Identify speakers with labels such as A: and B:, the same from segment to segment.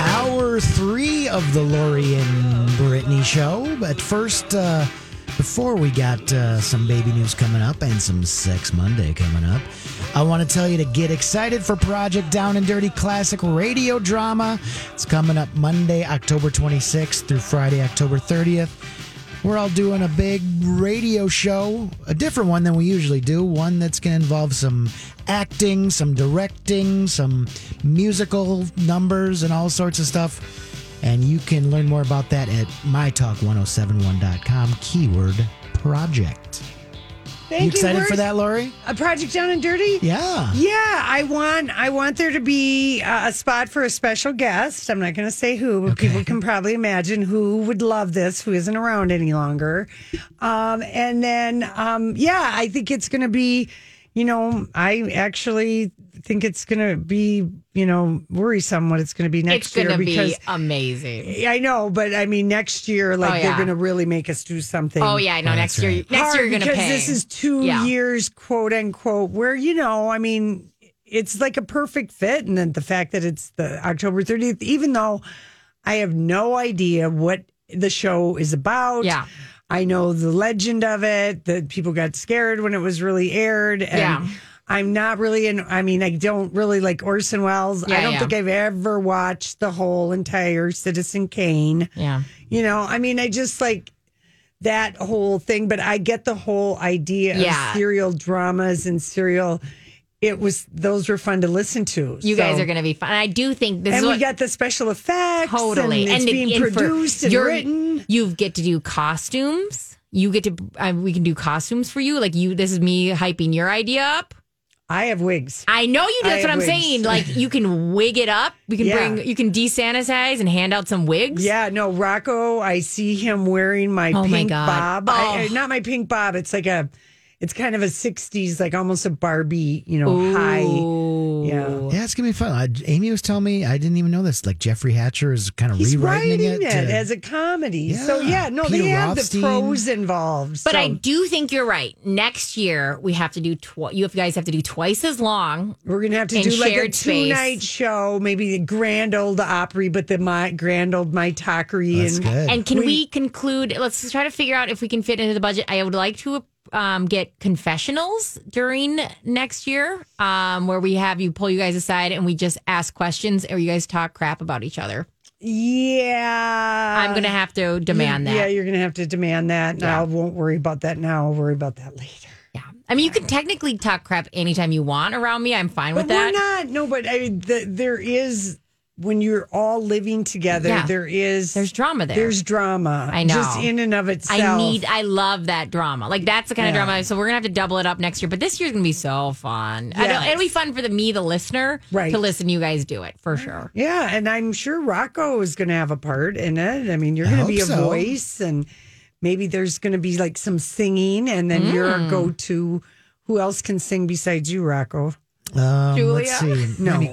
A: hour three of the Lori and Brittany show. But first, uh, before we got uh, some baby news coming up and some Sex Monday coming up, I want to tell you to get excited for Project Down and Dirty Classic Radio Drama. It's coming up Monday, October 26th through Friday, October 30th. We're all doing a big radio show, a different one than we usually do, one that's going to involve some acting, some directing, some musical numbers, and all sorts of stuff. And you can learn more about that at mytalk1071.com, keyword project.
B: Thank
A: you excited
B: Worth.
A: for that, Lori?
B: A project down and dirty.
A: Yeah.
B: Yeah, I want I want there to be uh, a spot for a special guest. I'm not going to say who, but people can probably imagine who would love this, who isn't around any longer. Um, and then, um, yeah, I think it's going to be, you know, I actually think it's going to be, you know, worrisome what it's going to be next
C: it's
B: year
C: going to
B: because.
C: be amazing.
B: I know, but I mean, next year, like
C: Oh,
B: they're
C: yeah.
B: going to really make us do something.
C: Oh yeah, no. next year, next year
B: hard
C: you're going to
B: because
C: pay.
B: this is two
C: Yeah.
B: years, quote unquote, where you know, I mean, it's like a perfect fit, and then the fact that it's the October 30th, even though I have no idea what the show is about.
C: Yeah.
B: I know the legend of it that people got scared when it was really aired, and
C: Yeah.
B: I'm not really in. I mean, I don't really like Orson Welles. I
C: Yeah,
B: don't
C: yeah.
B: think I've ever watched the whole entire Citizen Kane.
C: yeah.
B: You know, I mean, I just like that whole thing, but I get the whole idea
C: Yeah.
B: of serial dramas and serial. It was those were fun to listen to.
C: You guys
B: So-
C: are going to be fun. And I do think this
B: and
C: is
B: we
C: what,
B: got the special effects.
C: totally
B: and it's
C: the-
B: being
C: for-
B: produced and
C: you're-
B: written.
C: You get to do costumes. You get to I, we can do costumes for you. Like you, this is me hyping your idea up.
B: I have wigs.
C: I know you. do.
B: I
C: That's what I'm
B: have wigs.
C: saying. Like you can wig it up. We can
B: Yeah.
C: bring. You can desanitize and hand out some wigs.
B: Yeah, no, Rocco. I see him wearing my
C: Oh, my
B: pink
C: God.
B: bob. I-
C: Oh.
B: I- not my pink bob. It's like a, it's kind of a '60s, like almost a Barbie, you know, high.
C: Ooh.
B: Yeah.
A: Yeah, it's going to be fun. I, Amy was telling me, I didn't even know this. Like, Jeffrey Hatcher is kind of
B: He's
A: rewriting
B: writing
A: it.
B: it,
A: to-
B: as a comedy. So
A: Yeah.
B: yeah, no,
A: Peter
B: they have
A: Rothstein.
B: the pros involved.
C: But
B: so.
C: I do think you're right. Next year we have to do. Tw- you have guys have to do twice as long.
B: We're gonna have to
C: in
B: do like a
C: shared space.
B: two night show, maybe the grand old Opry, but the my grand old my Takery
A: That's
B: and
A: good.
C: And can
B: We-
C: we, conclude? Let's try to figure out if we can fit into the budget. I would like to um, get confessionals during next year, um, where we have you pull you guys aside and we just ask questions, or you guys talk crap about each other.
B: yeah,
C: I'm gonna have to demand
B: Uh, Yeah,
C: that.
B: you're gonna have to demand that. And I won't worry about that now. I'll worry about that later.
C: Yeah, I mean, you can technically talk crap anytime you want around me. I'm fine
B: But
C: with that.
B: we're not. No, but I mean, the, there is when you're all living together.
C: Yeah.
B: There is
C: There's drama there.
B: There's drama.
C: I know.
B: just in and of itself.
C: I need. I love that drama. Like that's the kind of drama. So we're gonna have to double it up next year. But this year's gonna be so fun. I
B: Yes.
C: don't, it'll be fun for the me, the listener,
B: Right.
C: to listen. to You guys do it for sure.
B: Yeah, and I'm sure Rocco is going to have a part in it. I mean, you're
A: I
B: going to
A: hope
B: be a
A: so.
B: voice, and maybe there's going to be like some singing, and then you're
A: Hmm.
B: a go to. Who else can sing besides you, Rocco?
A: Um,
C: Julia?
A: Let's see.
B: No.
A: Maybe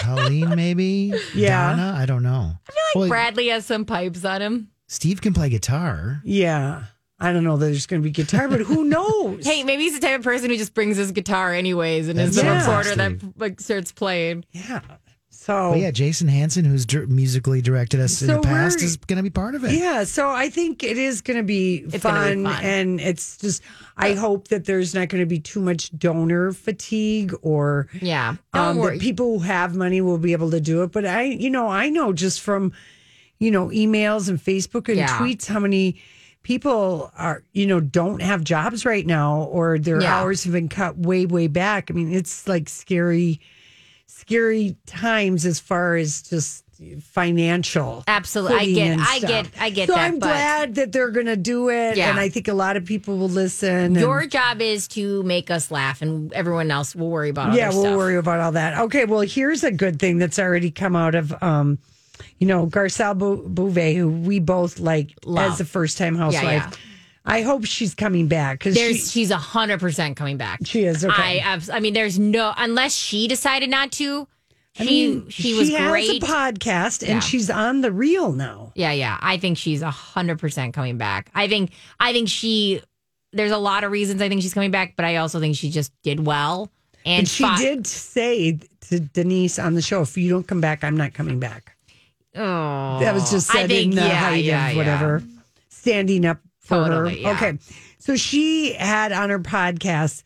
A: Colleen, maybe?
B: Yeah.
A: Donna? I don't know. I feel like
C: Bradley has some pipes on him.
A: Steve can play guitar.
B: Yeah. I don't know. that There's going to be guitar, but who knows?
C: Hey, maybe he's the type of person who just brings his guitar anyways and is
A: That
C: the
A: sounds like
C: reporter that like starts playing.
B: Yeah. So
A: But yeah, Jason Hanson, who's dir- musically directed us in
B: Oh. So
A: the past,
B: we're-
A: is going to be part of it.
B: Yeah, so I think it is going to be
C: gonna
B: fun,
C: be fun.
B: and it's just I hope that there's not going to be too much donor fatigue or
C: Yeah. Don't
B: um,
C: worry.
B: that people who have money will be able to do it. But I, you know, I know just from you know emails and Facebook and
C: Yeah.
B: tweets how many people are you know don't have jobs right now or their
C: Yeah.
B: hours have been cut way way back. I mean, it's like scary, scary times as far as just financial
C: Absolutely. I
B: footing
C: get-
B: and
C: I
B: stuff.
C: get- I get
B: so
C: that,
B: i'm
C: but-
B: glad that they're gonna do it
C: Yeah.
B: and i think a lot of people will listen
C: Your
B: and,
C: job is to make us laugh, and everyone else will worry about.
B: yeah
C: other
B: we'll
C: stuff.
B: worry about all that okay well here's a good thing that's already come out of um you know garcelle Bou- bouvet who we both like
C: Love.
B: as the first time housewife
C: yeah.
B: i hope she's coming back because
C: There's
B: she,
C: she's a hundred percent coming back.
B: she is okay
C: I abs- I mean, there's no unless she decided not to. She she was
B: has
C: great.
B: a podcast and
C: Yeah.
B: she's on the reel now
C: yeah, yeah. I think she's a hundred percent coming back. I think I think she. There's a lot of reasons I think she's coming back, but I also think she just did well. And,
B: and she
C: fought-
B: did say to denise on the show if you don't come back i'm not coming back
C: Oh,
B: That was just said in the height of whatever standing up for her.
C: Totally, yeah.
B: Okay. So she had on her podcast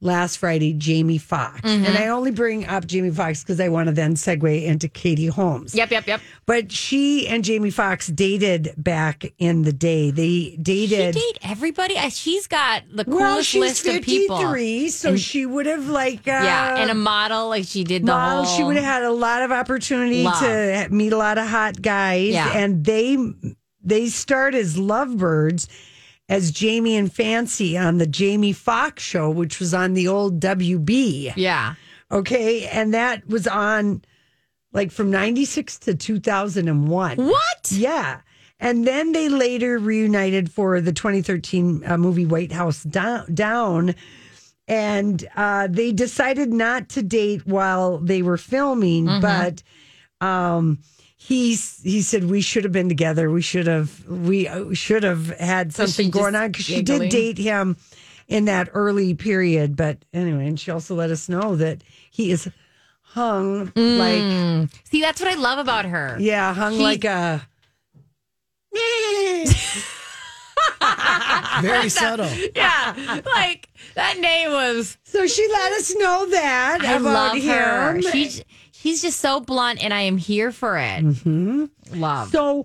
B: last Friday Jamie Foxx.
C: Mm-hmm.
B: And I only bring up Jamie Foxx because I want to then segue into Katie Holmes.
C: Yep, yep, yep.
B: But she and Jamie Foxx dated back in the day. They
C: She
B: dated.
C: date everybody. Uh, She's got the coolest
B: well, she's
C: list of people.
B: 53, so she would have like uh,
C: Yeah, and a model like she did the
B: Mom,
C: whole.
B: she would have had a lot of opportunity
C: Love.
B: to meet a lot of hot guys,
C: Yeah.
B: and they they start as lovebirds as Jamie and Fancy on the Jamie Foxx show, which was on the old WB.
C: Yeah,
B: Okay, and that was on like from '96 to 2001.
C: what?
B: Yeah. And then they later reunited for the 2013 uh, movie White House Down. Down and uh, they decided not to date while they were filming,
C: Mm-hmm.
B: but um, he s- he said we should have been together. We should have we uh, should have had
C: Was she
B: something going
C: just
B: on because she did
C: giggling?
B: date him in that early period. But anyway, and she also let us know that he is hung like
C: See, that's what I love about her.
B: yeah, hung
C: Mm. He-
B: like a.
A: Very subtle.
C: yeah. Like that name was.
B: So she let us know that
C: I
B: about
C: love her.
B: him.
C: She's she's just so blunt, and I am here for it. Love.
B: so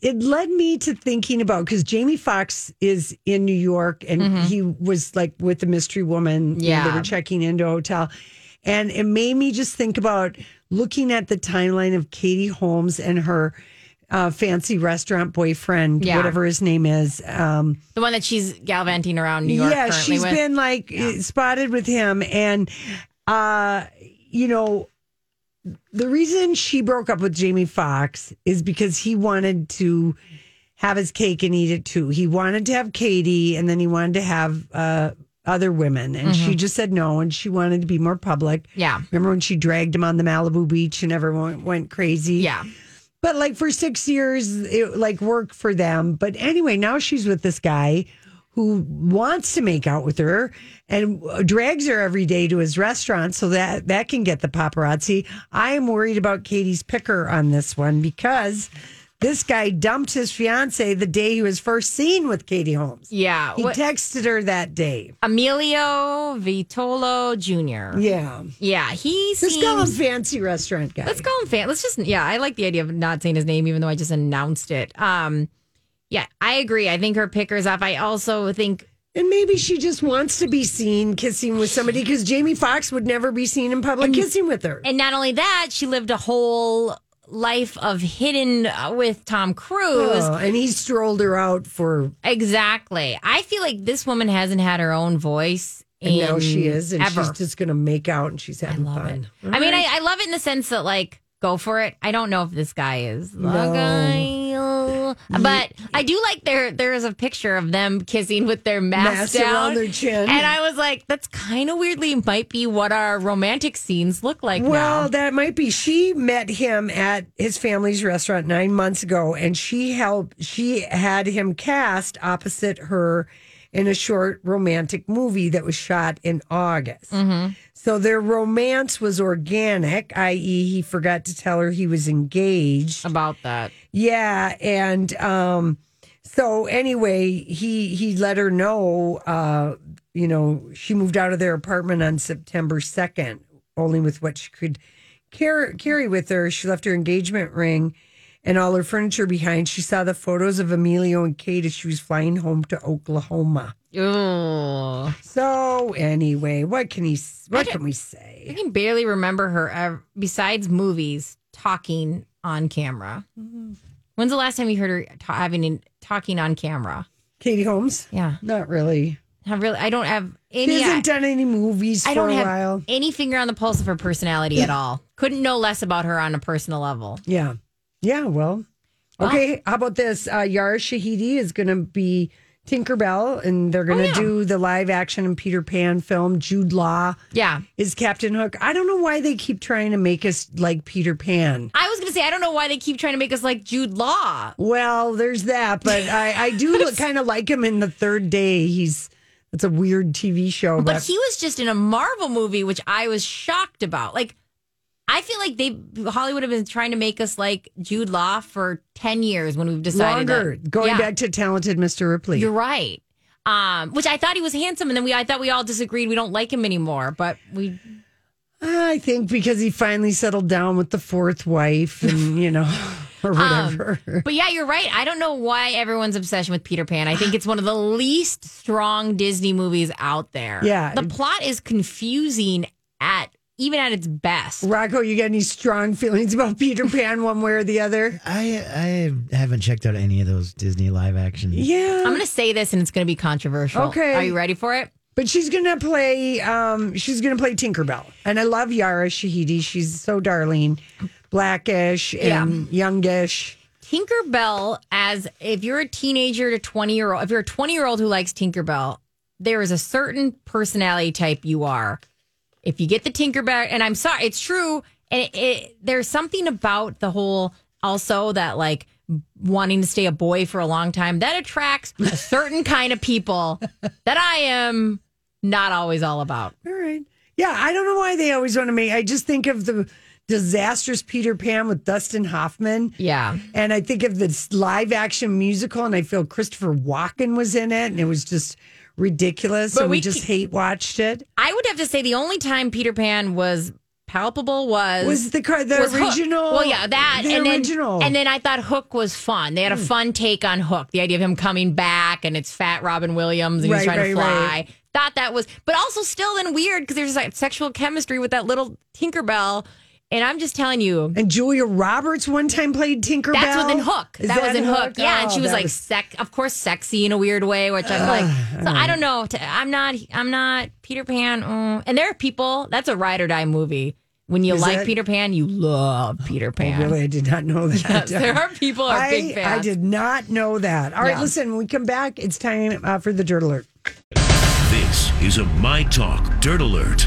B: it led me to thinking about because Jamie Foxx is in New York and he was like with the mystery woman. you know, They
C: Mm-hmm. Yeah.
B: were checking into a hotel. And it made me just think about looking at the timeline of Katie Holmes and her uh, fancy restaurant boyfriend,
C: Yeah.
B: whatever his name is. Um,
C: the one that she's gallivanting around New York.
B: Yeah,
C: currently
B: she's
C: with.
B: been like spotted with him, and uh, you know, the reason she broke up with Jamie Foxx is because he wanted to have his cake and eat it too. He wanted to have Katie, and then he wanted to have uh, other women, and she just said no, and she wanted to be more public.
C: Mm-hmm. Yeah.
B: Remember when she dragged him on the Malibu beach and everyone went crazy?
C: Yeah.
B: but like for six years, it like worked for them. But anyway, now she's with this guy who wants to make out with her and drags her every day to his restaurant so that that can get the paparazzi. I am worried about Katie's picker on this one because this guy dumped his fiance the day he was first seen with Katie Holmes.
C: Yeah.
B: He
C: What-
B: texted her that day.
C: Emilio Vitolo Jr.
B: Yeah.
C: Yeah, he
B: Mm-hmm. Just call him
C: seems.
B: fancy restaurant guy.
C: Let's call him fan. Let's just yeah. I like the idea of not saying his name, even though I just announced it. Um, yeah, I agree. I think her picker's up. I also think
B: And maybe she just wants to be seen kissing with somebody because Jamie Foxx would never be seen in public kissing with her.
C: And not only that, she lived a whole life of hidden uh, with Tom Cruise.
B: Oh, and he strolled her out for
C: Exactly. I feel like this woman hasn't had her own voice.
B: and
C: in
B: now she is, and
C: ever.
B: she's just gonna make out and she's having
C: love
B: fun.
C: it. I mean, I, I love it in the sense that like go for it. I don't know if this guy is the
B: No.
C: guy, uh, but I do like there. There is a picture of them kissing with their mask
B: Mask
C: down
B: around their chin.
C: and I was like, that's kind of weirdly might be what our romantic scenes look like.
B: Well,
C: now.
B: that might be. She met him at his family's restaurant nine months ago, and she helped. She had him cast opposite her in a short romantic movie that was shot in August.
C: Mm-hmm.
B: So their romance was organic, i.e., he forgot to tell her he was engaged.
C: about that.
B: Yeah, and um, so anyway, he he let her know. Uh, you know, she moved out of their apartment on September second, only with what she could carry, carry with her. She left her engagement ring and all her furniture behind. She saw the photos of Emilio and Kate as she was flying home to Oklahoma.
C: Ooh.
B: So anyway, what can he? s- What can we say?
C: I can barely remember her ever, besides movies talking on camera. When's the last time you heard her ta- having an- talking on camera?
B: Katie Holmes?
C: Yeah,
B: Not really.
C: I really. I don't have
B: He
C: any. I,
B: hasn't done any movies
C: I
B: for
C: don't
B: a
C: have
B: while.
C: any finger on the pulse of her personality at all. Couldn't know less about her on a personal level.
B: Yeah. Yeah, well. Okay, how about this? Uh, Yara Shahidi is going to be Tinkerbell, and they're
C: Oh,
B: going to do the live action and Peter Pan film. Jude Law
C: Yeah,
B: is Captain Hook. I don't know why they keep trying to make us like Peter Pan.
C: I was gonna say I don't know why they keep trying to make us like Jude Law.
B: Well, there's that, but I, I do kind of like him in the third day. He's it's a weird TV show, but,
C: But he was just in a Marvel movie, which I was shocked about. Like, I feel like they Hollywood have been trying to make us like Jude Law for ten years when we've decided that-
B: longer going
C: Yeah.
B: back to Talented Mr. Ripley.
C: You're right. Um, which I thought he was handsome, and then we I thought we all disagreed. We don't like him anymore, but we
B: I think because he finally settled down with the fourth wife, and you know, or
C: Um,
B: whatever.
C: But yeah, you're right. I don't know why everyone's obsession with Peter Pan. I think it's one of the least strong Disney movies out there.
B: Yeah.
C: The plot is confusing at even at its best.
B: Rocco, you got any strong feelings about Peter Pan one way or the other?
A: I I haven't checked out any of those Disney live action.
C: I'm
B: Yeah.
C: going to say this and it's going to be controversial.
B: Okay.
C: Are you ready for it?
B: But she's gonna play um she's gonna play Tinkerbell. And I love Yara Shahidi. She's so darling. Blackish and youngish.
C: Tinkerbell, as if you're a teenager to 20 year old, if you're a 20 year old who likes Tinkerbell, there is a certain personality type you are. If you get the Tinkerbell, and I'm sorry, it's true. And it, it, there's something about the whole also that like wanting to stay a boy for a long time that attracts a certain kind of people that I am not always all about.
B: All right. Yeah, I don't know why they always want to make I just think of the disastrous Peter Pan with Dustin Hoffman.
C: Yeah.
B: And I think of this live action musical and I feel Christopher Walken was in it and it was just ridiculous.
C: But
B: and we,
C: we
B: just
C: keep-
B: hate watched it.
C: I would have to say the only time Peter Pan was palpable was
B: Was the car the
C: was Hook.
B: original?
C: Well, yeah, that
B: the
C: and
B: original. Hmm.
C: Then, and then I thought Hook was fun. They had a fun take on Hook. The idea of him coming back and it's fat Robin Williams and
B: Right,
C: he's trying
B: right,
C: to fly.
B: right.
C: Thought that was, but also still then weird because there's like sexual chemistry with that little Tinkerbell. And I'm just telling you,
B: And Julia Roberts one time played Tinkerbell.
C: that's within Hook.
B: Is
C: that, was in Hook. Yeah, and
B: Oh,
C: she was
B: that
C: like, sec, of course, sexy in a weird way, which I'm like, so I don't know. T- I'm not, I'm not Peter Pan. mm. And there are people, that's a ride or die movie. When you
B: Is
C: like
B: that-
C: Peter Pan, you love Peter Pan.
B: really, I did not know that.
C: there are people who are
B: I,
C: big
B: I
C: fans.
B: did not know that. All right,
C: Yeah.
B: listen, when we come back, it's time uh, for the Dirt Alert.
D: This is a My Talk Dirt Alert.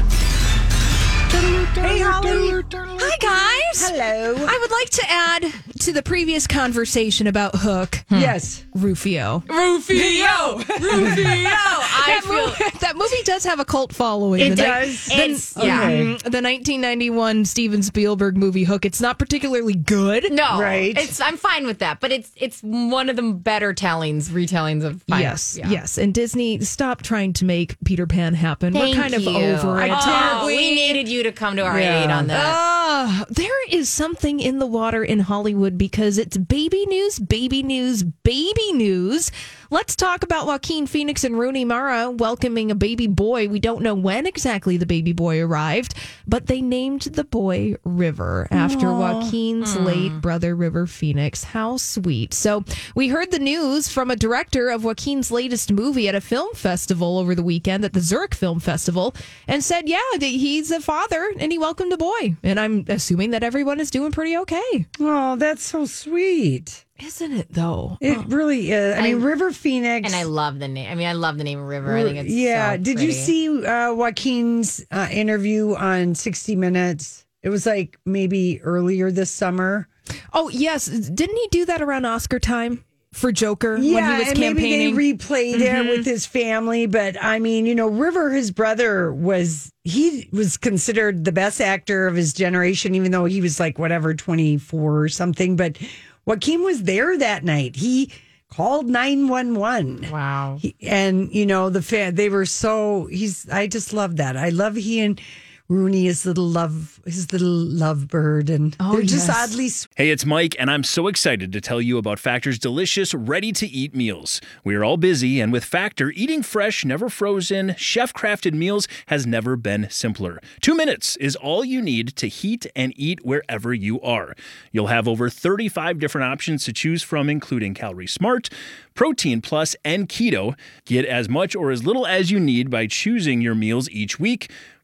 B: Hey, Holly.
E: Hi, guys.
B: Hello.
E: I would like to add to the previous conversation about Hook,
B: Yes.
E: Rufio.
C: Rufio, Rufio. I
E: That,
C: feel
E: movie, that movie does have a cult following.
B: It
E: The ni-
B: does.
C: it's yeah.
E: Mm, The 1991 Steven Spielberg movie Hook. It's not particularly good.
C: No,
B: Right.
C: It's I'm fine with that, but it's it's one of the better tellings, retellings of Final-
E: Yes,
C: yeah.
E: yes. And Disney, stop trying to make Peter Pan happen.
C: Thank
E: We're kind
C: you.
E: of over it.
C: Oh, we, needed you to come to our aid on that.
E: Ah, there is something in the water in Hollywood because it's baby news, baby news, baby news. Let's talk about Joaquin Phoenix and Rooney Mara welcoming a baby boy. We don't know when exactly the baby boy arrived, but they named the boy River after Joaquin's late brother River Phoenix. How sweet. So we heard the news from a director of Joaquin's latest movie at a film festival over the weekend at the Zurich Film Festival and said, yeah, that he's a father and he welcomed a boy. And I'm assuming that everyone is doing pretty okay.
B: Oh, that's so sweet.
E: Isn't it though?
B: It really is. I mean,
C: Oh. I-
B: River Phoenix.
C: And I love the name. I mean, I love the name River. I think it's
B: yeah.
C: so
B: Did you
C: pretty.
B: see uh, Joaquin's uh, interview on 60 Minutes? It was like maybe earlier this summer.
E: Oh, yes. Didn't he do that around Oscar time? for Joker when he was
B: and
E: campaigning.
B: Maybe they replayed
C: Mm-hmm.
B: it with his family, but I mean, you know, River, his brother, was he was considered the best actor of his generation, even though he was like whatever twenty four or something. But Joaquin was there that night. He called nine one one.
C: Wow.
B: He- and you know the fan they were so he's i just love that i love he and rooney his little love his little love bird and they're just
E: Oh, yes.
B: oddly
F: Hey, it's Mike, and I'm so excited to tell you about Factor's delicious, ready to eat meals. We are all busy, and with Factor, eating fresh, never frozen, chef crafted meals has never been simpler. Two minutes is all you need to heat and eat wherever you are. You'll have over 35 different options to choose from, including Calorie Smart, Protein Plus, and Keto. Get as much or as little as you need by choosing your meals each week.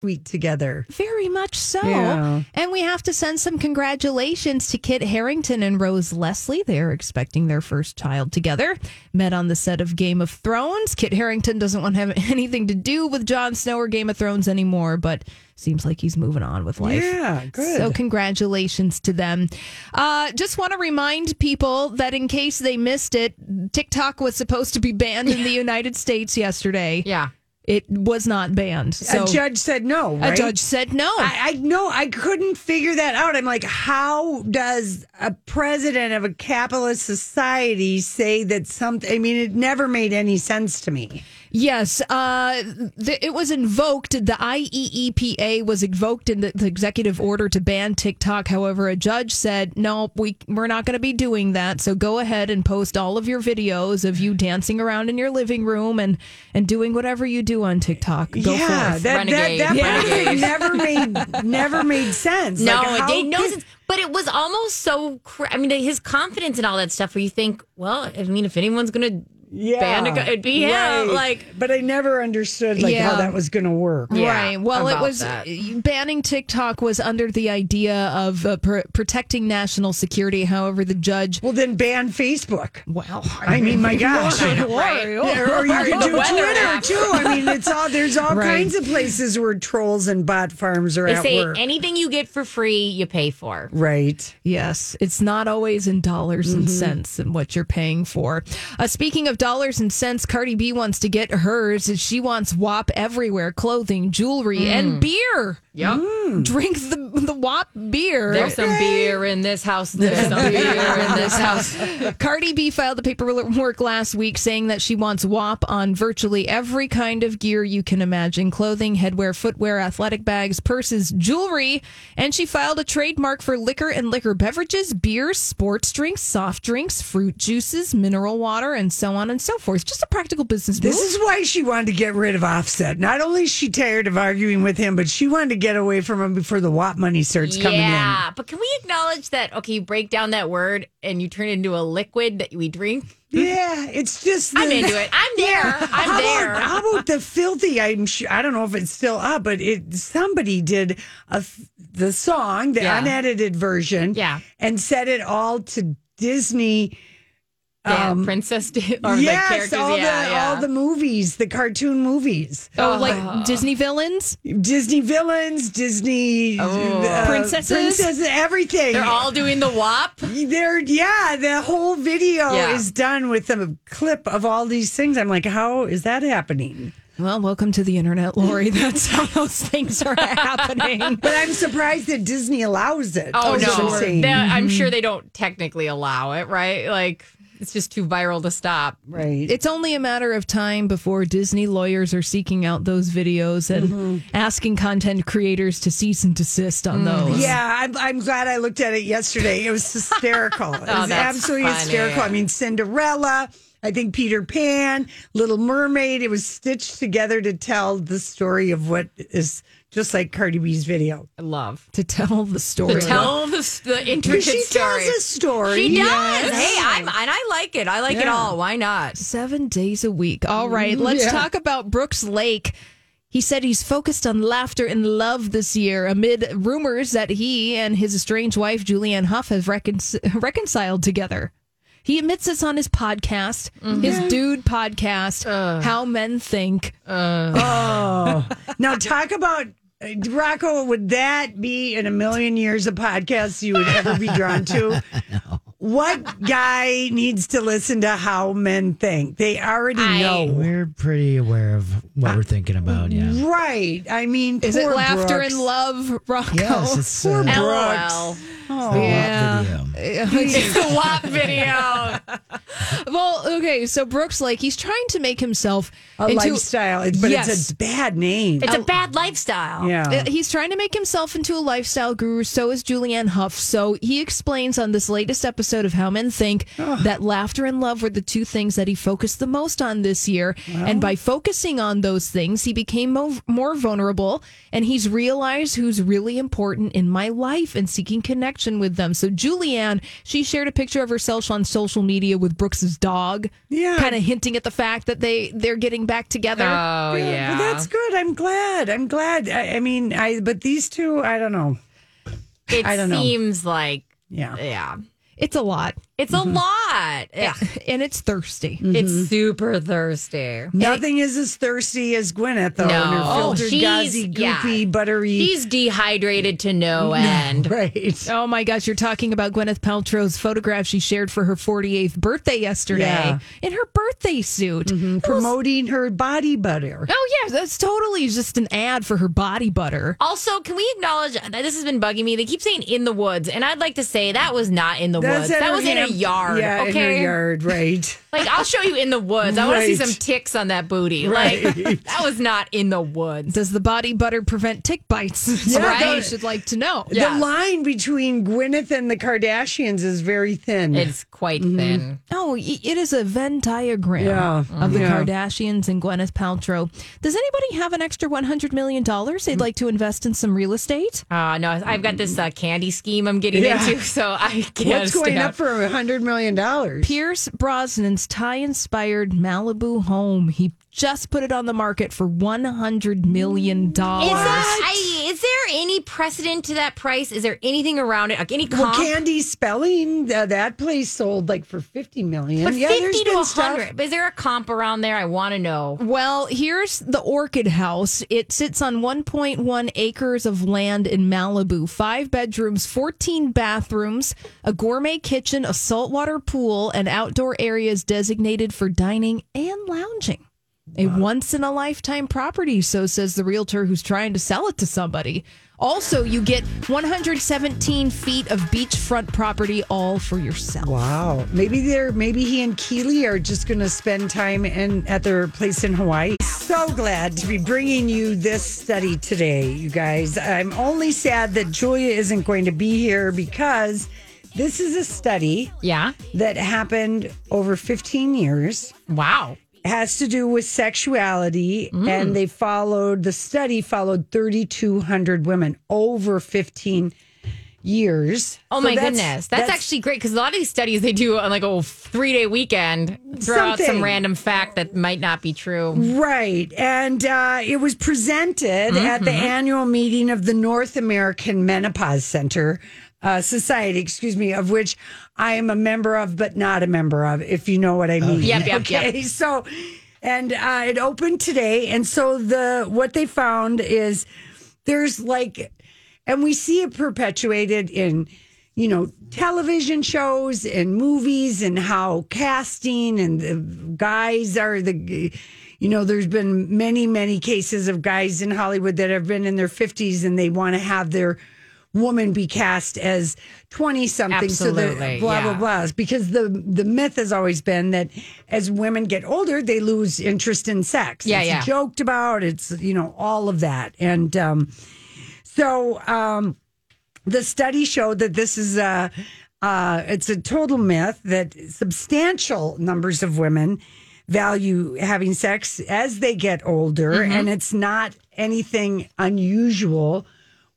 B: sweet together
E: Very much so.
B: Yeah.
E: And we have to send some congratulations to Kit Harrington and Rose Leslie. They're expecting their first child together. Met on the set of Game of Thrones. Kit Harrington doesn't want to have anything to do with Jon Snow or Game of Thrones anymore, but seems like he's moving on with life.
B: Yeah, good.
E: So congratulations to them. Uh, just want to remind people that in case they missed it, TikTok was supposed to be banned in the United States yesterday.
C: Yeah.
E: It was not banned. So
B: a judge said no
E: a
B: right?
E: judge said no.
B: I, I no, I couldn't figure that out. I'm like, how does a president of a capitalist society say that something? I mean, it never made any sense to me.
E: Yes, uh, th- it was invoked. The E IEEPA was invoked in the, the executive order to ban TikTok. However, a judge said, "No, we we're not going to be doing that. So go ahead and post all of your videos of you dancing around in your living room and and doing whatever you do on TikTok. Go
B: yeah,
E: forth."
B: that
C: Renegade.
B: that, that
C: Yeah.
B: part of it never made never made sense.
C: No,
B: Like, how
C: it didn't. No,
B: could-
C: sense. but it was almost so. Cr- I mean, his confidence and all that stuff. Where you think, well, I mean, if anyone's gonna
B: yeah,
C: ban a gu- it'd be him.
B: Right.
C: Like, Mm.
B: but I never understood like
E: Yeah.
B: how that was going to work.
C: Yeah,
E: right. Well, it
C: about
E: was
C: that.
E: banning TikTok was under the idea of uh, pr- protecting national security. However, the judge.
B: Well, then ban Facebook.
E: Wow.
B: I mean, my gosh.
C: Right.
B: Or or you could do
C: weather
B: Twitter
C: app.
B: too. I mean, it's all there's all
E: Right.
B: kinds of places where trolls and bot farms are
C: They
B: at
C: say
B: work.
C: anything you get for free, you pay for.
B: right.
E: Yes, it's not always in dollars and cents and what you're paying for. Uh, speaking of dollars and cents, Cardi B wants to get hers. She wants WAP everywhere clothing, jewelry, and beer.
C: Yep.
E: Drink the, the WAP beer.
C: Mm. There's some beer in this house. There's some beer in this house.
E: Uh, Cardi B filed the paperwork last week saying that she wants WAP on virtually every kind of gear you can imagine clothing, headwear, footwear, athletic bags, purses, jewelry. And she filed a trademark for liquor and liquor beverages, beers, sports drinks, soft drinks, fruit juices, mineral water, and so on and so forth. Just a practical business
B: This
E: move.
B: is why she wanted to get rid of Offset. Not only is she tired of arguing with him, but she wanted to get away from him before the WAP money starts coming in.
C: Yeah, but can we acknowledge that? Okay, you break down that word and you turn it into a liquid that we drink.
B: Yeah, it's just.
C: I'm
B: the-
C: into it. I'm there. I'm
B: how
C: there.
B: About, how about the filthy? I'm sure, I don't know if it's still up, but it somebody did a f- the song, the
C: Yeah.
B: unedited version,
C: Yeah.
B: and said it all to Disney. um,
C: Yeah, princess di- or the
B: yes,
C: characters.
B: all
C: yeah,
B: the
C: yeah.
B: all the movies, the cartoon movies,
E: Oh, like Disney villains?
B: Disney villains, Disney uh,
E: Princesses?
B: princesses, everything.
C: Oh. They're all doing the WAP.
B: Oh, They're yeah, the whole video
C: Yeah.
B: is done with a clip of all these things. I'm like, how is that happening?
E: Well, welcome to the internet, Lori. That's how those things are happening.
B: But I'm surprised that Disney allows it.
C: Oh
B: is what I'm
C: no,
B: saying.
C: They- I'm sure they don't technically allow it, right? Like it's just too viral to stop.
B: Right.
E: It's only a matter of time before Disney lawyers are seeking out those videos and
C: Mm-hmm.
E: asking content creators to cease and desist on
C: Mm-hmm.
E: those.
B: Yeah, I'm, I'm glad I looked at it yesterday. It was hysterical. it was
C: Oh, that's
B: absolutely
C: funny.
B: hysterical. I mean, Cinderella, I think Peter Pan, Little Mermaid, it was stitched together to tell the story of what is just like Cardi B's video.
C: I love.
E: To tell the story.
C: To tell the, the intricate
B: she
C: story.
B: tells a story.
C: She does.
B: Yes.
C: Hey, I'm, and I like it. I like it all. Why not?
E: Seven days a week. All right,
C: Mm-hmm.
E: let's talk about Brooks Lake. He said he's focused on laughter and love this year amid rumors that he and his estranged wife, Julianne Huff, have recon- reconciled together. He admits this on his podcast, his
C: Mm-hmm.
E: dude podcast, How Men Think.
B: Oh. Now, talk about uh, Rocco. Would that be in a million years a podcast you would ever be drawn to? What guy needs to listen to how men think? They already
C: I-
B: know.
A: We're pretty aware of what we're thinking about, yeah.
B: Right. I mean,
E: Is it
B: poor
E: laughter
B: Brooks.
E: and love, Rocco?
A: Yes, it's uh,
B: Brooks.
C: LOL.
A: a lot video.
C: It's a WAP video.
E: Well, okay, so Brooks Lake, he's trying to make himself
B: A
E: into
B: lifestyle, It- but it's
E: Yes.
B: a bad name.
C: It's a bad lifestyle.
B: yeah.
E: Uh, He's trying to make himself into a lifestyle guru. So is Julianne Huff. So he explains on this latest episode of How Men Think
B: Ah.
E: that laughter and love were the two things that he focused the most on this year. and by focusing on those things, he became mo- more vulnerable and he's realized who's really important in my life and seeking connection with them. So Julianne, she shared a picture of herself on social media with Brooks's dog.
B: Yeah.
E: Kind of hinting at the fact that they they're getting back together.
C: Oh, yeah.
B: But that's good. I'm glad. I'm glad. I, I mean, I but these two, I don't know.
C: it
B: I don't know.
C: seems like,
B: Yeah.
C: yeah.
E: it's a lot.
C: It's a
B: Mm-hmm.
C: lot. Yeah.
E: And it's thirsty.
C: It's super thirsty.
B: Nothing is as thirsty as Gwyneth, though. and her
C: No. Oh,
B: filtered,
C: she's-
B: gauzy, goopy,
C: yeah.
B: buttery.
C: She's dehydrated to no end.
B: right.
E: Oh my gosh, you're talking about Gwyneth Paltrow's photograph she shared for her 48th birthday yesterday
B: Yeah.
E: in her birthday suit.
B: Promoting her body butter.
E: Oh yeah, that's totally just an ad for her body butter.
C: Also, can we acknowledge that this has been bugging me? They keep saying in the woods, and I'd like to say that was not in the woods.
B: at
C: That
B: her
C: was in a
B: ham-
C: yard.
B: Yeah,
C: okay.
B: in her yard, right.
C: Like I'll show you in the woods. I want to see
B: Right.
C: some ticks on that booty. Like that was not in the woods.
E: Does the body butter prevent tick bites?
B: Yeah,
E: That's what I
C: the-
E: should like to know.
C: Yeah.
B: The line between Gwyneth and the Kardashians is very thin.
C: It's quite
B: Mm-hmm.
C: thin.
E: Oh, y- it is a Venn diagram
B: Yeah.
E: of the
B: Yeah.
E: Kardashians and Gwyneth Paltrow. Does anybody have an extra 100 million dollars
B: Mm.
E: they'd like to invest in some real estate?
C: Uh, no, I've got this uh, candy scheme I'm getting
B: Yeah.
C: into, so I can't.
B: What's going
C: stay
B: up
C: out.
B: for a hundred million dollars?
E: Pierce Brosnan's Thai-inspired Malibu home. He just put it on the market for 100 million
C: Is,
E: dollars.
C: that, I, is there any precedent to that price? Is there anything around it? Like any
B: Well,
C: comp?
B: Candy Spelling uh, that place sold like for fifty million.
C: but
B: yeah, there's
C: fifty to
B: been stuff.
C: hundred. Is there a comp around there? I want to know.
E: Well, here's the Orchid House. It sits on 1.1 acres of land in Malibu. Five bedrooms, 14 bathrooms, a gourmet kitchen, a saltwater pool, and outdoor areas designated for dining and lounging. A once in a lifetime property, so says the realtor who's trying to sell it to somebody. Also, you get 117 feet of beachfront property all for yourself.
B: Wow, maybe they're maybe he and Keely are just going to spend time in at their place in Hawaii. So glad to be bringing you this study today, you guys. I'm only sad that Julia isn't going to be here because this is a study
C: Yeah.
B: that happened over 15 years
C: Wow.
B: has to do with sexuality
C: Mm.
B: and they followed the study followed 3200 women over 15 years
C: Oh
B: So
C: my goodness, that's, actually great because a lot of these studies they do on like a three day weekend throw out
B: Something. Mm.
C: some random fact that might not be true.
B: Right. And uh, it was presented at the
C: Mm-hmm.
B: annual meeting of the North American Menopause Center uh, Society, excuse me, of which I am a member of, but not a member of, if you know what I mean.
C: Oh, Yep, yep, yep.
B: okay. So, and uh, it opened today. And so the what they found is there's like, and we see it perpetuated in you know television shows and movies and how casting and the guys are the you know there's been many many cases of guys in hollywood that have been in their 50s and they want to have their woman be cast as 20 something. So the
C: Absolutely,
B: blah, blah,
C: yeah.
B: blah. Because the, the myth has always been that as women get older, they lose interest in sex.
C: Yeah,
B: It's
C: yeah.
B: joked about. It's, you know, all of that. And um, so um, the study showed that this is a, uh, it's a total myth that substantial numbers of women value having sex as they get older,
C: Mm-hmm.
B: and it's not anything unusual,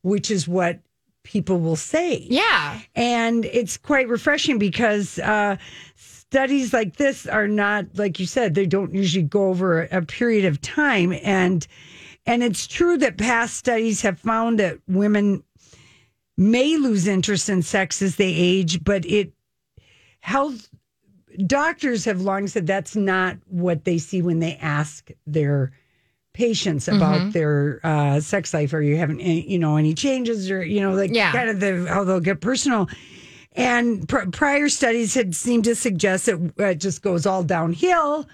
B: which is what people will say.
C: Yeah.
B: And it's quite refreshing because uh, studies like this are not, like you said, they don't usually go over a period of time. And and it's true that past studies have found that women may lose interest in sex as they age, but it health doctors have long said that's not what they see when they ask their patients about
C: Mm-hmm.
B: their uh, sex life. Are you having any, you know any changes or you know like
C: Yeah.
B: kind of the how they'll get personal. And pr- prior studies had seemed to suggest that uh, it just goes all downhill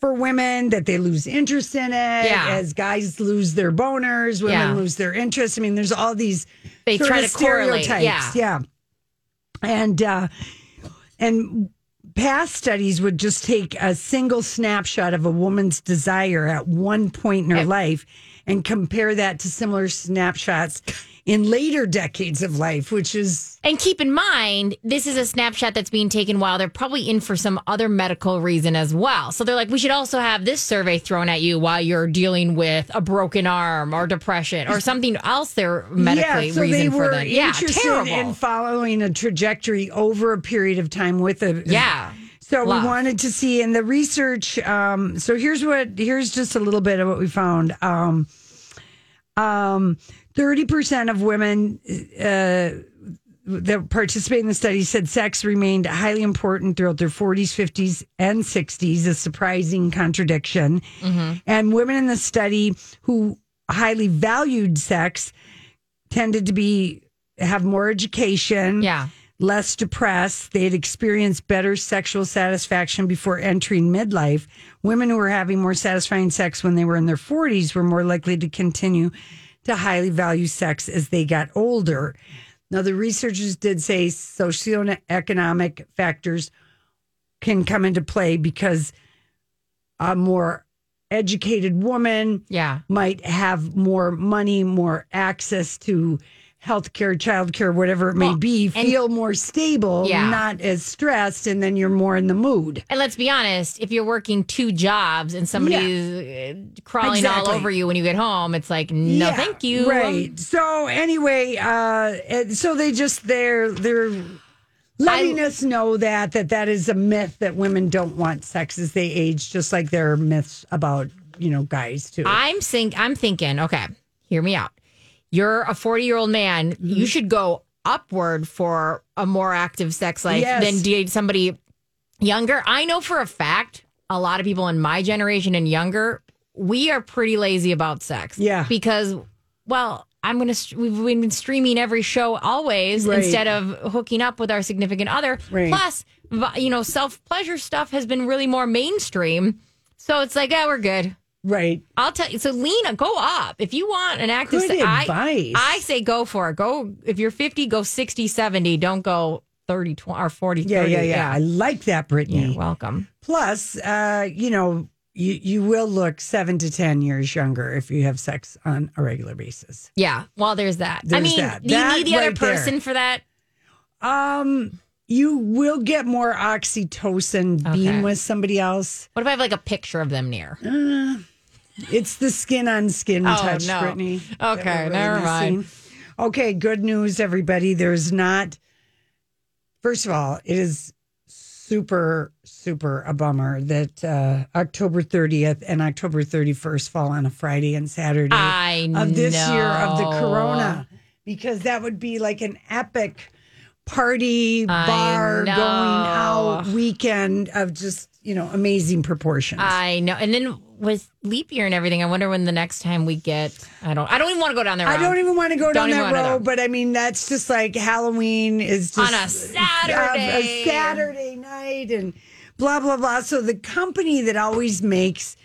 B: for women that they lose interest in it
C: Yeah.
B: as guys lose their boners, women
C: Yeah.
B: lose their interest. I mean, there's all these
C: They
B: sort
C: try
B: of
C: to correlate,
B: stereotypes. Yeah. And uh and past studies would just take a single snapshot of a woman's desire at one point in her life and compare that to similar snapshots in later decades of life, which is
C: And keep in mind, this is a snapshot that's being taken while they're probably in for some other medical reason as well. So they're like, we should also have this survey thrown at you while you're dealing with a broken arm or depression or something else they're medically
B: yeah, so
C: reason
B: they were
C: for them. Yeah,
B: interested
C: terrible.
B: in following a trajectory over a period of time with a
C: yeah.
B: So
C: Love.
B: we wanted to see in the research. Um, so here's what here's just a little bit of what we found. Um, um, 30% of women uh, that participated in the study said sex remained highly important throughout their 40s, 50s, and 60s, a surprising contradiction.
C: Mm-hmm.
B: And women in the study who highly valued sex tended to be have more education
C: Yeah.
B: less depressed. They had experienced better sexual satisfaction before entering midlife. Women who were having more satisfying sex when they were in their 40s were more likely to continue to highly value sex as they got older. Now, the researchers did say socioeconomic factors can come into play because a more educated woman
C: Yeah.
B: might have more money, more access to health care, child care, whatever it may be, feel more stable,
C: Yeah.
B: not as stressed, and then you're more in the mood.
C: And let's be honest, if you're working two jobs and somebody's uh crawling
B: Exactly.
C: all over you when you get home, it's like, no,
B: Yeah,
C: thank you.
B: Right. so anyway, uh, and so they just they're they're letting us know that that that is a myth that women don't want sex as they age, just like there are myths about you know guys too.
C: I'm think I'm thinking, okay, hear me out. You're a 40 year old man.
B: Mm-hmm.
C: You should go upward for a more active sex life
B: Yes.
C: than date somebody younger. I know for a fact a lot of people in my generation and younger, we are pretty lazy about sex.
B: Yeah.
C: Because, well, I'm gonna. st- We've we've been streaming every show always
B: Right.
C: instead of hooking up with our significant other.
B: Right.
C: Plus, vi- you know, self pleasure stuff has been really more mainstream. So it's like, yeah, we're good.
B: right.
C: I'll tell you. So Lena, go up. If you want an active
B: Good
C: se-
B: advice.
C: I, I say go for it. Go if you're 50, go 60, 70. Don't go 30 20, or 40
B: Yeah,
C: 30.
B: yeah, yeah, I like that, Brittany.
C: You're welcome.
B: Plus, uh, you know, you, you will look seven to 10 years younger if you have sex on a regular basis.
C: Yeah. Well, there's that. I
B: There's
C: mean,
B: that.
C: do you
B: That
C: need the other
B: right there.
C: person for that?
B: Um, you will get more oxytocin
C: Okay.
B: being with somebody else.
C: What if I have like a picture of them near?
B: It's the skin on skin
C: Oh,
B: touch,
C: no.
B: Brittany. that
C: Okay,
B: we're really
C: never mind.
B: missing. Okay, good news, everybody. There's not, first of all, it is super, super a bummer that uh, October 30th and October 31st fall on a Friday and Saturday.
C: I
B: of this year of the
C: know.
B: corona because that would be like an epic party
C: I
B: bar
C: know.
B: going out weekend of just you know amazing proportions
C: I know. And then with leap year and everything, I wonder when the next time we get. I don't. I don't even want to go down there.
B: I don't even want to go down
C: Uh, Don't even
B: that
C: wanna
B: road,
C: know.
B: but I mean that's just like Halloween is just uh,
C: On a Saturday.
B: a Saturday night and blah blah blah. So the company that always makes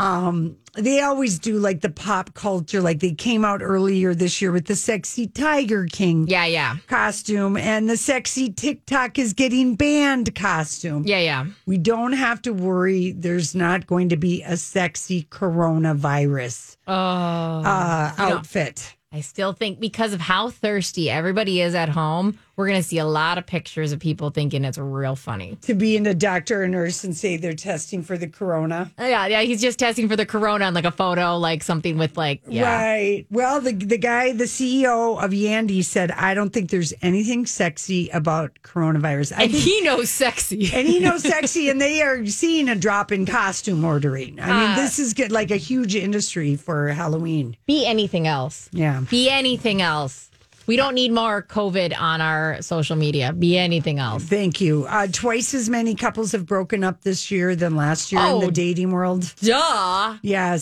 B: Um, they always do like the pop culture, like they came out earlier this year with the sexy Tiger King
C: Yeah, yeah.
B: costume and the sexy TikTok is getting banned costume.
C: Yeah, yeah.
B: We don't have to worry. There's not going to be a sexy coronavirus
C: Oh.
B: uh, outfit.
C: I still think because of how thirsty everybody is at home, we're going to see a lot of pictures of people thinking it's real funny.
B: To be in a doctor or nurse and say they're testing for the corona.
C: Uh, Yeah, yeah, he's just testing for the corona on like a photo, like something with like, yeah.
B: Right. Well, the the guy, the CEO of Yandy said, I don't think there's anything sexy about coronavirus. I
C: And
B: think
C: he knows sexy.
B: and he knows sexy, and they are seeing a drop in costume ordering. I
C: Uh.
B: mean, this is get like a huge industry for Halloween.
C: Be anything else.
B: Yeah.
C: Be anything else. We don't need more COVID on our social media. Be anything else.
B: Thank you. Uh, twice as many couples have broken up this year than last year in
C: Oh.
B: the dating world.
C: Duh.
B: Yeah,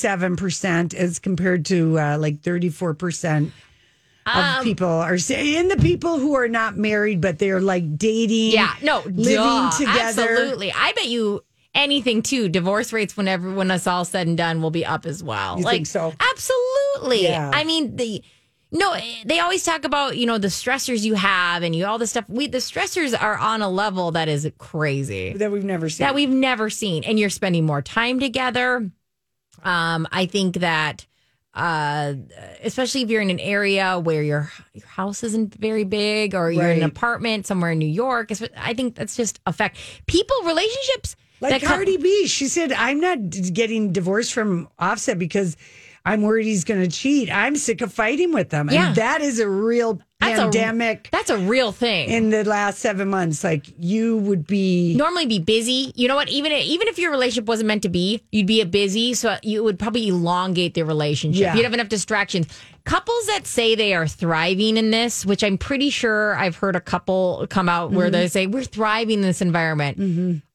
B: 67% as compared to uh, like 34% of
C: Um,
B: people are sa- in the people who are not married, but they're like dating.
C: Yeah, no,
B: living
C: duh,
B: together.
C: Absolutely. I bet you anything too. Divorce rates when every when it's all said and done will be up as well.
B: You think
C: like
B: so?
C: Absolutely.
B: Yeah.
C: I mean the no, they always talk about you know the stressors you have and you all this stuff. We the stressors are on a level that is crazy
B: That we've never seen.
C: that we've never seen, and you're spending more time together. Um, I think that uh especially if you're in an area where your your house isn't very big or you're in an
B: Right.
C: apartment somewhere in New York it's- I think that's just affect people relationships
B: Like
C: that come-
B: Cardi B, she said, "I'm not d- getting divorced from Offset because I'm worried he's going to cheat. I'm sick of fighting with them,
C: Yeah.
B: and that is a real
C: That's a-
B: pandemic
C: that's a real thing
B: in the last seven months. Like you would be
C: normally be busy you know what even even if your relationship wasn't meant to be you'd be a busy so you would probably elongate the relationship
B: Yeah.
C: you'd have enough distractions couples that say they are thriving in this which i'm pretty sure i've heard a couple come out
B: Mm-hmm.
C: where they say we're thriving in this environment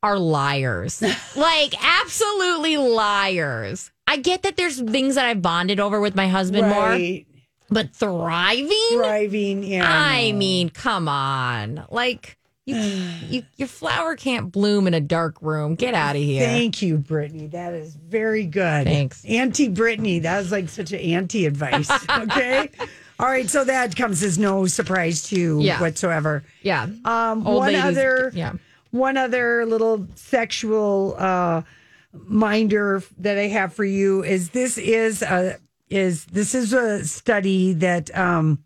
C: are liars. like absolutely liars. I get that there's things that I've bonded over with my husband more,
B: right,
C: but thriving?
B: thriving. Yeah,
C: I mean, come on. Like you, you your flower can't bloom in a dark room. Get out of here.
B: Thank you, Brittany. That is very good.
C: Thanks.
B: Auntie Brittany. That was like such an anti advice. Okay. All right. So that comes as no surprise to you
C: Yeah.
B: whatsoever.
C: yeah.
B: Um,
C: Old
B: one
C: ladies,
B: other,
C: yeah.
B: one other little sexual uh, minder that I have for you is this is a is this is a study that, um,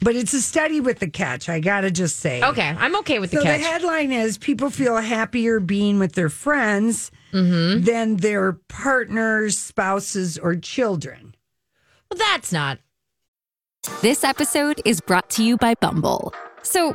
B: but it's a study with the catch. I gotta just say,
C: Okay, I'm okay with the
B: so
C: catch.
B: the headline is people feel happier being with their friends
C: Mm-hmm.
B: than their partners, spouses, or children.
C: well, that's not.
G: This episode is brought to you by Bumble. So,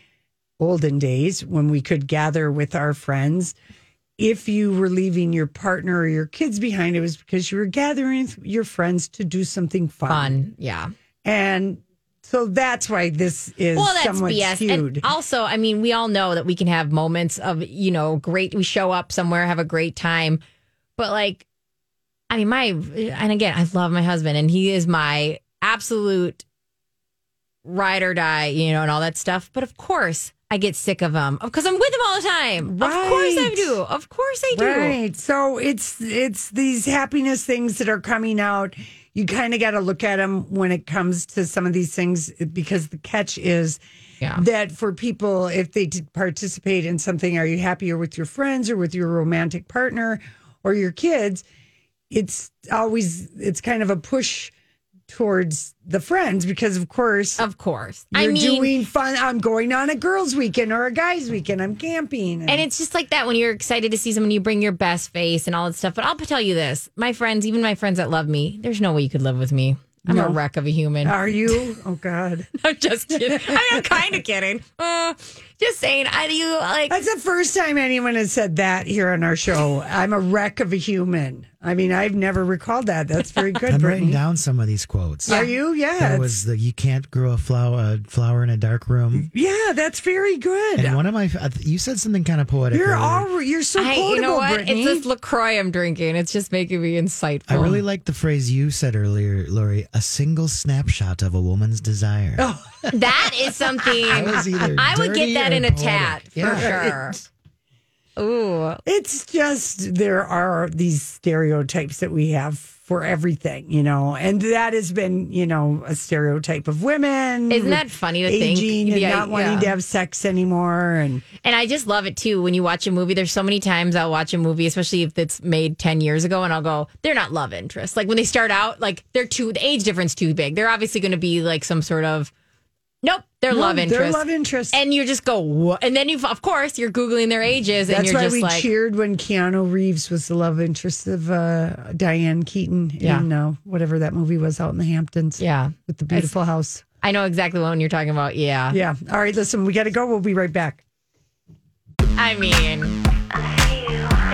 B: olden days when we could gather with our friends, if you were leaving your partner or your kids behind, it was because you were gathering with your friends to do something fun.
C: fun. Yeah.
B: And so that's why this is
C: well, that's
B: somewhat
C: BS.
B: skewed.
C: And also, I mean, we all know that we can have moments of, you know, great, we show up somewhere, have a great time. But like, I mean, my, and again, I love my husband and he is my absolute ride or die, you know, and all that stuff. But of course, I get sick of him because I'm with him all the time. Of course I
B: Right.
C: do. Of course I do.
B: Right. So it's it's these happiness things that are coming out. You kind of got to look at them when it comes to some of these things because the catch is
C: Yeah.
B: that for people, if they did participate in something, are you happier with your friends or with your romantic partner or your kids? It's always it's kind of a push towards the friends because of course
C: Of course.
B: you're
C: Oh, I mean,
B: doing fun. I'm going on a girls' weekend or a guys' weekend. I'm camping.
C: And it's just like that when you're excited to see someone, you bring your best face and all that stuff. But I'll tell you this my friends, even my friends that love me, there's no way you could live with me. I'm a wreck of a human.
B: are you? Oh God.
C: I'm just kidding. I mean, I'm kind of kidding. Uh, Just saying, I do like.
B: That's the first time anyone has said that here on our show. I'm a wreck of a human. I mean, I've never recalled that. That's very good,
A: I'm writing
B: Brittany.
A: down some of these quotes.
B: Are you? Yeah.
A: There
B: it's-
A: was the you can't grow a flower a flower in a dark room.
B: yeah, that's very good.
A: And one of my you said something kind of poetic.
B: You're
A: earlier.
B: all you're so
C: I,
B: quotable,
C: you know what?
B: Brittany.
C: It's this LaCroix I'm drinking. It's just making me insightful.
A: I really like the phrase you said earlier, Lori. A single snapshot of a woman's desire. Oh,
C: that is something.
A: That was either
C: I would
A: dirty
C: get
A: or
C: that in a
A: poetic.
C: tat for
A: Yeah.
C: sure. Ooh,
B: It's just there are these stereotypes that we have for everything, you know, and that has been, you know, a stereotype of women. with
C: Isn't that funny to
B: aging
C: think?
B: and
C: Yeah,
B: not wanting
C: yeah.
B: to have sex anymore, and
C: And I just love it too when you watch a movie. There's so many times I'll watch a movie, especially if it's made 10 years ago, and I'll go, they're not love interests. Like when they start out, like they're too, the age difference too big. They're obviously going to be like some sort of, nope, they're love
B: No,
C: interest.
B: Their love interest.
C: and you just go, what? And then you, of course, you're Googling their ages and
B: That's
C: you're
B: why
C: just
B: we
C: like,
B: cheered when Keanu Reeves was the love interest of uh, Diane Keaton
C: Yeah.
B: in uh, whatever that movie was out in the Hamptons.
C: yeah,
B: With the beautiful house.
C: I know exactly what one you're talking about. Yeah.
B: Yeah. All right, listen, we got to go. We'll be right back.
C: I mean,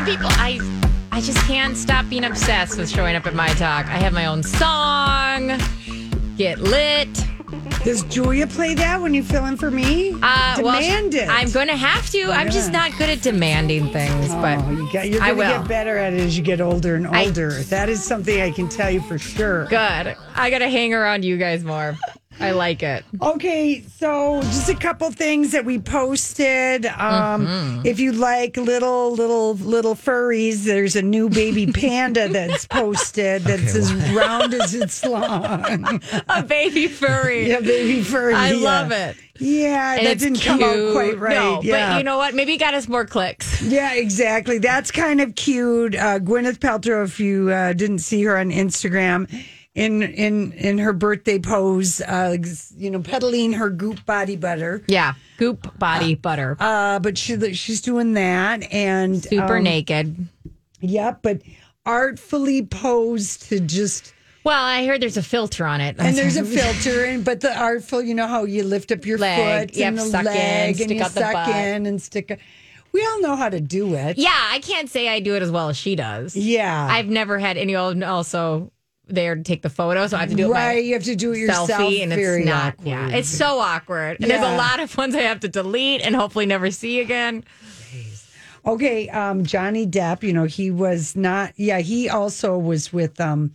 C: people, I, I just can't stop being obsessed with showing up at my talk. I have my own song, get lit.
B: Does Julia play that when you fill in for me?
C: Uh, well,
B: Demand it.
C: I'm going to have to. I'm just not good at demanding things, but
B: Oh, you got, you're
C: I
B: going to
C: will.
B: get better at it as you get older and
C: I-
B: older. that is something I can tell you for sure.
C: good. I got to hang around you guys more. I like it.
B: Okay, so just a couple things that we posted. Um,
C: Mm-hmm.
B: If you like little, little, little furries, there's a new baby panda that's posted that's
A: Okay,
B: as round as it's long.
C: A baby furry.
B: yeah, baby furry.
C: I
B: yeah.
C: love it.
B: Yeah,
C: And
B: that
C: it's
B: didn't come out
C: cute.
B: quite right.
C: No,
B: yeah.
C: but you know what? Maybe it got us more clicks.
B: Yeah, exactly. That's kind of cute. Uh, Gwyneth Paltrow, if you uh, didn't see her on Instagram, in in in her birthday pose, uh, you know, peddling her goop body butter.
C: Yeah. Goop body butter.
B: Uh, but she she's doing that and
C: Super
B: um,
C: naked.
B: Yep, but artfully posed to just.
C: Well, I heard there's a filter on it.
B: And there's a filter, and but the artful, you know how you lift up your
C: Leg,
B: foot
C: yep,
B: and the
C: suck in,
B: leg,
C: stick
B: and you
C: out the
B: suck
C: butt.
B: in and stick. a- We all know how to do it.
C: yeah, I can't say I do it as well as she does.
B: Yeah,
C: I've never had anyone also there to take the photo, so I have to do it my-
B: right. You have to do it yourself.
C: selfie and
B: Very
C: it's not
B: awkward.
C: yeah it's so awkward and there's
B: Yeah.
C: a lot of ones i have to delete and hopefully never see again
B: Okay, um, Johnny Depp, you know, he was not, yeah, he also was with, um,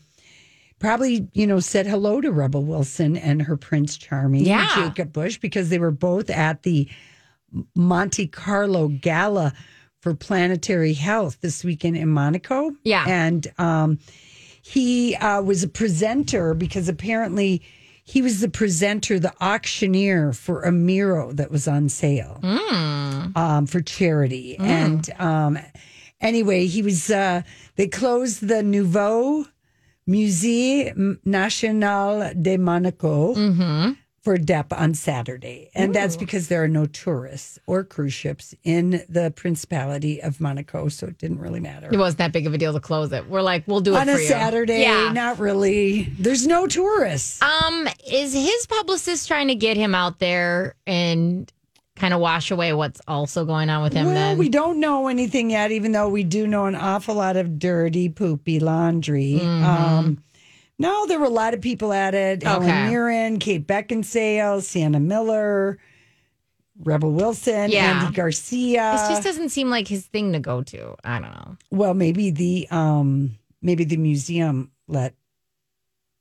B: probably, you know, said hello to Rebel Wilson and her Prince Charming,
C: Yeah.
B: and Jacob Bush, because they were both at the Monte Carlo Gala for Planetary Health this weekend in Monaco.
C: Yeah.
B: And, um, he uh, was a presenter because apparently he was the presenter, the auctioneer for a Miro that was on sale um, for charity. And um, anyway, he was. Uh, they closed the Nouveau Musée National de Monaco for Depp on Saturday, and that's because there are no tourists or cruise ships in the Principality of Monaco, so it didn't really matter.
C: it wasn't that big of a deal to close it we're like we'll do it
B: on
C: for
B: a
C: you.
B: Saturday,
C: yeah
B: not really. There's no tourists.
C: um is his publicist trying to get him out there and kind of wash away what's also going on with him
B: Well,
C: then
B: we don't know anything yet, even though we do know an awful lot of dirty, poopy laundry.
C: Mm-hmm.
B: Um, no, there were a lot of people at it.
C: Okay.
B: Helen Mirren, Kate Beckinsale, Sienna Miller, Rebel Wilson,
C: Yeah.
B: Andy Garcia.
C: this just doesn't seem like his thing to go to i don't know
B: well, maybe the um, maybe the museum let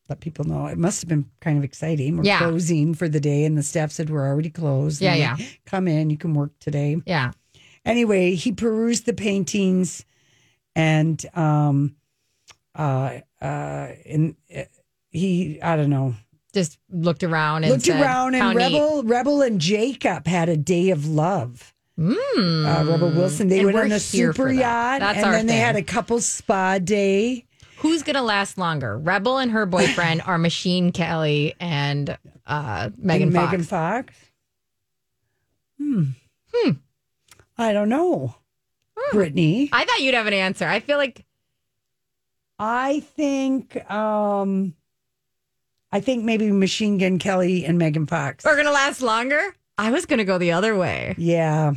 B: let people know. It must have been kind of exciting. We're
C: Yeah.
B: closing for the day, and the staff said we're already closed.
C: Yeah,
B: And
C: yeah.
B: they, Come in, you can work today.
C: yeah
B: anyway, he perused the paintings and um uh uh and uh, he I don't know
C: just looked around and
B: looked
C: said,
B: around
C: "How
B: and
C: neat."
B: Rebel Rebel and Jacob had a day of love.
C: Hmm.
B: Uh, Rebel Wilson they
C: Mm. And
B: went
C: we're
B: on a
C: here for
B: super
C: that.
B: yacht
C: That's
B: and
C: our
B: then they
C: thing.
B: had a couple spa day.
C: Who's gonna last longer? Rebel and her boyfriend are Machine Kelly and uh, Megan
B: And
C: Fox.
B: Megan Fox. Hmm. Hmm. I don't know.
C: Hmm.
B: Brittany.
C: I thought you'd have an answer. I feel like
B: I think um I think maybe Machine Gun Kelly and Megan Fox.
C: we're gonna last longer. I was going to go the other way.
B: Yeah.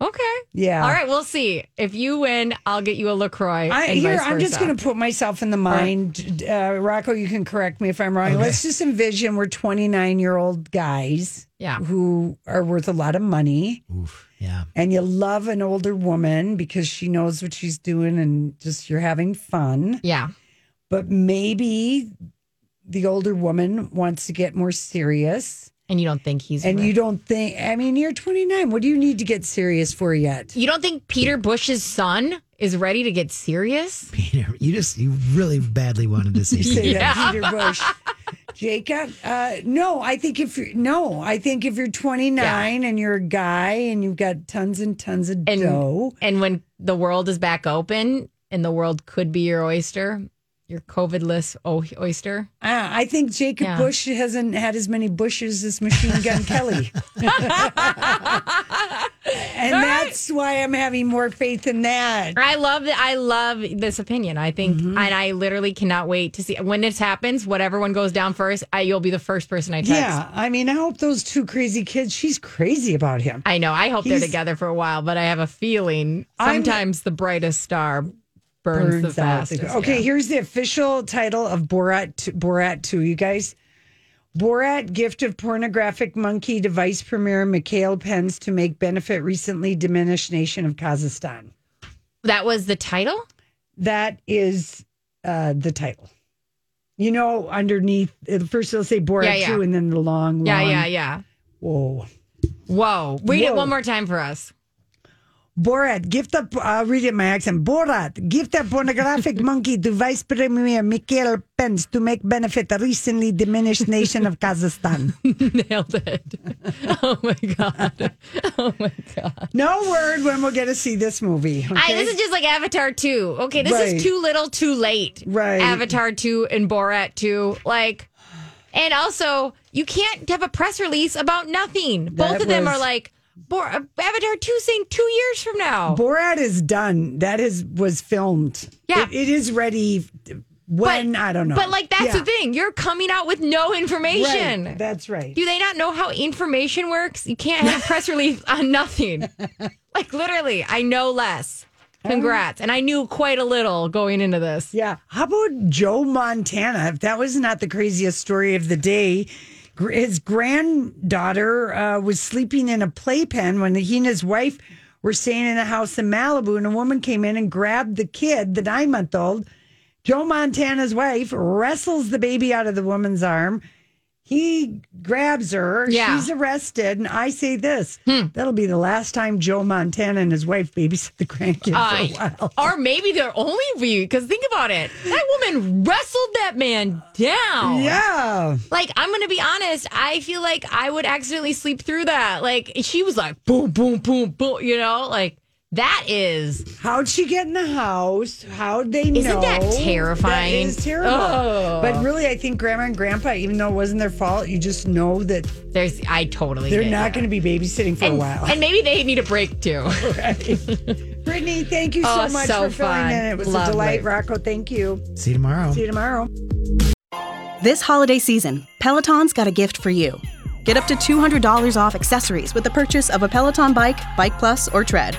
C: Okay.
B: Yeah.
C: All right. We'll see. If you win, I'll get you a LaCroix.
B: I,
C: and
B: here,
C: vice
B: I'm just
C: versa.
B: going to put myself in the mind. Uh, Rocco, you can correct me if I'm wrong. Let's just envision we're 29 year old guys
C: Yeah.
B: who are worth a lot of money.
A: Oof. Yeah.
B: And you love an older woman because she knows what she's doing and just you're having fun.
C: Yeah.
B: But maybe the older woman wants to get more serious.
C: And you don't think he's.
B: And
C: right.
B: you don't think, I mean, you're 29. What do you need to get serious for yet?
C: You don't think Peter Bush's son is ready to get serious?
A: Peter, you just you really badly wanted to see.
B: say
A: Peter.
B: that, Peter Bush. Jacob, uh, no, I think if you're, no, I think if you're 29 and you're a guy and you've got tons and tons of
C: And
B: dough,
C: and when the world is back open and the world could be your oyster, your COVID-less o- oyster.
B: uh, I think Jacob
C: Ah. Yeah.
B: Bush hasn't had as many bushes as Machine Gun Kelly. and that's why I'm having more faith in that.
C: I love that. I love this opinion. I think,
B: Mm-hmm.
C: and I literally cannot wait to see when this happens. Whatever one goes down first, I, you'll be the first person I text.
B: Yeah, I mean, I hope those two crazy kids, she's crazy about him.
C: I know. I hope
B: He's-
C: they're together for a while, but I have a feeling
B: I'm-
C: sometimes the brightest star burns, the
B: out the-
C: fastest.
B: okay,
C: yeah.
B: here's the official title of Borat t- Borat 2, you guys. Borat gift of pornographic monkey to Vice Premier Mikhail Pence to make benefit recently diminished nation of Kazakhstan.
C: that was the title.
B: That is uh, the title. You know, underneath uh, first they'll say Borat
C: Yeah, yeah.
B: 2 and then the long, long
C: Yeah, yeah, yeah.
B: Whoa.
C: Whoa! Read it
B: Whoa.
C: one more time for us.
B: Borat, gift of, I'll read it in my accent. Borat, gift of pornographic monkey to Vice Premier Mikhail Pence to make benefit a recently diminished nation of Kazakhstan.
C: Nailed it. Oh my god. Oh my god.
B: No word when we'll get to see this movie.
C: I,
B: okay?
C: this is just like Avatar 2. Okay, this
B: Right.
C: is too little, too late.
B: Right.
C: Avatar 2 and Borat 2. Like and also you can't have a press release about nothing. Both
B: That
C: of them
B: was-
C: are like Bor- Avatar 2 saying 2 years from now.
B: Borat is done. That is was filmed.
C: Yeah.
B: It- it is ready. When I don't know.
C: But like that's
B: Yeah.
C: the thing. You're coming out with no information.
B: Right. That's right.
C: Do they not know how information works? You can't have a press release on nothing. like literally, I know less. Congrats. And I knew quite a little going into this.
B: yeah. How about Joe Montana? If that was not the craziest story of the day, gr- his granddaughter uh, was sleeping in a playpen when he and his wife were staying in a house in Malibu, and a woman came in and grabbed the kid, the nine month old. Joe Montana's wife wrestles the baby out of the woman's arm. He grabs her.
C: Yeah.
B: She's arrested. And I say this that'll be the last time Joe Montana and his wife babysit the grandkids for a
C: I-
B: while.
C: or maybe they're only view because think about it. That woman wrestled that man down.
B: Yeah.
C: Like, I'm gonna be honest, I feel like I would accidentally sleep through that. Like she was like boom, boom, boom, boom, you know, like that is
B: How'd she get in the house? How'd they know?
C: Isn't that terrifying?
B: That is terrible.
C: Ugh.
B: But really, I think grandma and grandpa, even though it wasn't their fault, you just know that
C: there's I totally
B: they're
C: get
B: not
C: that.
B: going to be babysitting for
C: and,
B: a while.
C: and maybe they need a break too.
B: Brittany, thank you so
C: Oh,
B: much
C: so
B: for filling
C: fun.
B: in. It was a
C: Lovely.
B: delight. Rocco, thank you.
A: See you tomorrow.
B: See you tomorrow.
H: This holiday season, Peloton's got a gift for you. Get up to $200 off accessories with the purchase of a Peloton bike, Bike Plus, or Tread.